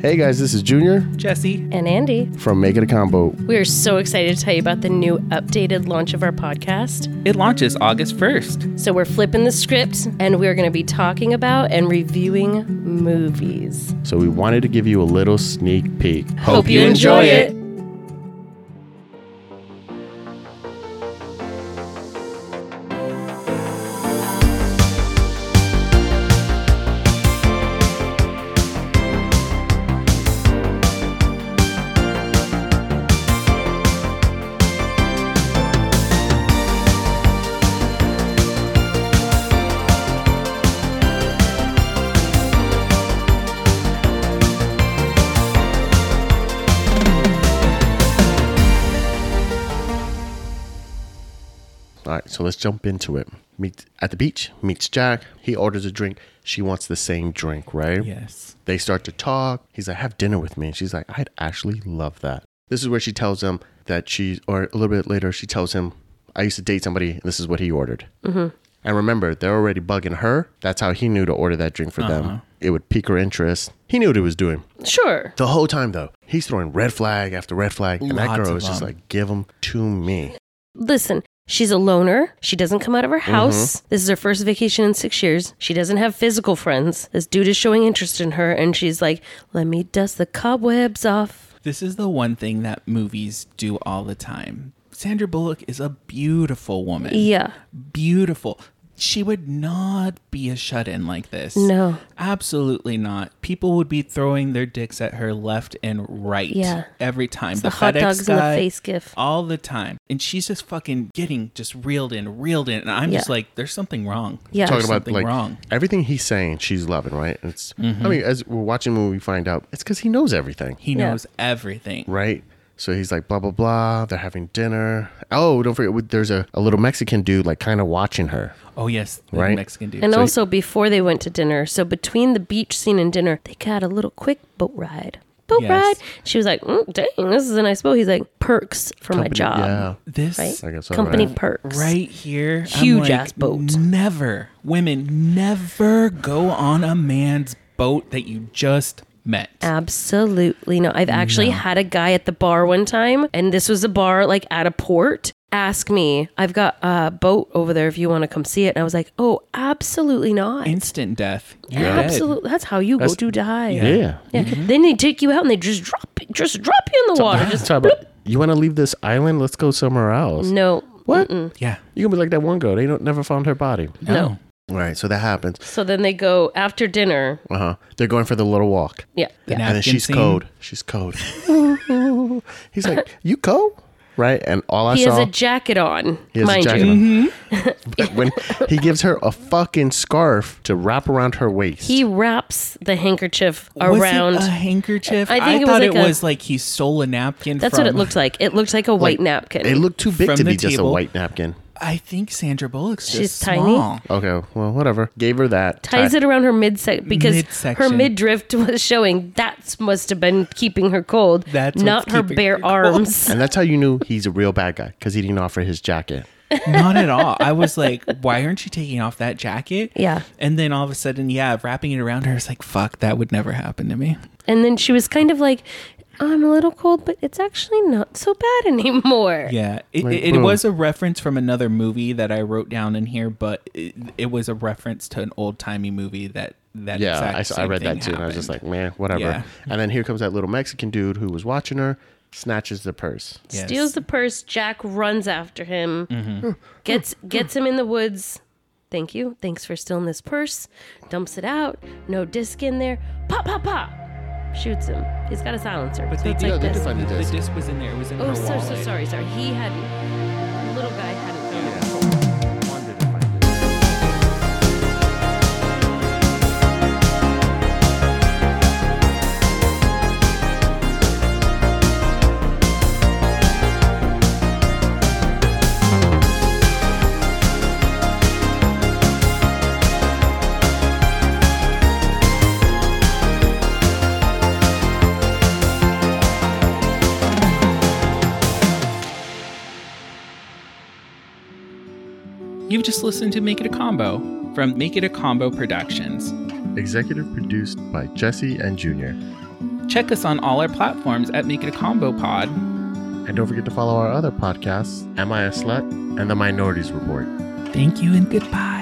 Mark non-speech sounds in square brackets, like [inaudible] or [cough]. Hey guys, this is Junior Jesse. And Andy, from Make It a Combo. we are so excited to tell you about the new updated launch of our podcast. It launches August 1st. So, we're flipping the script and we're going to be talking about and reviewing movies. So we wanted to give you a little sneak peek. Hope you enjoy it. All right, so let's jump into it. Meet at the beach, meets Jack. He orders a drink. She wants the same drink, right? Yes. They start to talk. He's like, have dinner with me. And she's like, I'd actually love that. This is where she tells him that she, or a little bit later, she tells him, I used to date somebody. And this is what he ordered. Mm-hmm. And remember, they're already bugging her. That's how he knew to order that drink for them. It would pique her interest. He knew what he was doing. Sure. The whole time, though, he's throwing red flag after red flag. And that Lots girl of is just them. like, give them to me. Listen, she's a loner. She doesn't come out of her house. This is her first vacation in six years. She doesn't have physical friends. This dude is showing interest in her, and she's like, let me dust the cobwebs off. This is the one thing that movies do all the time. Sandra Bullock is a beautiful woman. Yeah. Beautiful. She would not be a shut in like this. No. Absolutely not. People would be throwing their dicks at her left and right. Yeah. Every time. the hot FedEx dogs in the guy, face gif. All the time. And she's just fucking getting just reeled in, reeled in. And I'm just Yeah. like, there's something wrong. Yeah. Talking There's about something like wrong. Mm-hmm. everything he's saying, she's loving, right? It's, I mean, as we're watching the movie, we find out it's because he knows everything. He Yeah. knows everything. right? So he's like, blah, blah, blah. They're having dinner. Oh, don't forget, we- there's a, a little Mexican dude, like, kind of watching her. Oh yes, the Right? Mexican dude. And So- also before they went to dinner, so between the beach scene and dinner, they got a little quick boat ride. Boat Yes. ride. She was like, mm, "Dang, this is a nice boat." He's like, "Perks for my Company- job, Yeah. this right? I guess so, Company right. perks, right here, I'm Huge like, ass boat. Never women never go on a man's boat that you just met. Absolutely no. I've actually had a guy at the bar one time, and this was a bar like at a port. Ask me, I've got a boat over there if you want to come see it. And I was like, "Oh, absolutely not." Instant death. You're dead. Absolutely, that's how you go That's- to die. Yeah. Mm-hmm. Yeah. Then they take you out and they just drop, just drop you in the water. Just Talk about, you want to leave this island? Let's go somewhere else. no, What? Yeah. You're going to be like that one girl. They don't, never found her body. No. All Right. So that happens. So then they go after dinner. Uh huh. They're going for the little walk. Yeah. yeah. and then Napkin she's scene. code. She's code. [laughs] he's like, you code? Right. And all I He saw. has a jacket on, He has a mind jacket you. on. Mm-hmm. but when he gives her a fucking scarf to wrap around her waist. He wraps the handkerchief Was it around. a handkerchief. I I, think it was thought like it a- was like he stole a napkin. That's from, what it looked like. It looked like a white Like, napkin. It looked too big From to the be just a table. white napkin. I think Sandra Bullock's just She's tiny. [laughs] small. Okay, well, whatever. Gave her that. Ties it around her midsection because Midsection. her midriff was showing. That must have been keeping her cold. That's what's not her keeping bare her cold. arms. And that's how you knew he's a real bad guy because he didn't offer his jacket. Not at all. I was like, why aren't you taking off that jacket? Yeah. And then all of a sudden, yeah, wrapping it around her. It's like, fuck, that would never happen to me. And then she was kind of like, "I'm a little cold, but it's actually not so bad [laughs] anymore." Yeah. It, Like, it, it boom. was a reference from another movie that I wrote down in here, but it, it was a reference to an old timey movie that that Yeah, exact I, saw- I same read thing that too, and I was just like, happened. man, whatever. Yeah. And then here comes that little Mexican dude who was watching her, snatches the purse. Yes. steals the purse. Jack runs after him, gets gets him in the woods. Thank you. Thanks for stealing this purse. Dumps it out. No disc in there. Pop, pop, pop. Shoots him. He's got a silencer. But so they it's did, like they this. did find the, the the disc. disc was in there. It was in Oh, her so, so wallet. sorry, sorry. He hadn't. the Little guy hadn't. found it. You've just listened to Make It a Combo from Make It a Combo Productions. Executive produced by Jesse and Junior. Check us on all our platforms at Make It a Combo Pod. And don't forget to follow our other podcasts, Am I a Slut? and The Minorities Report. Thank you and goodbye.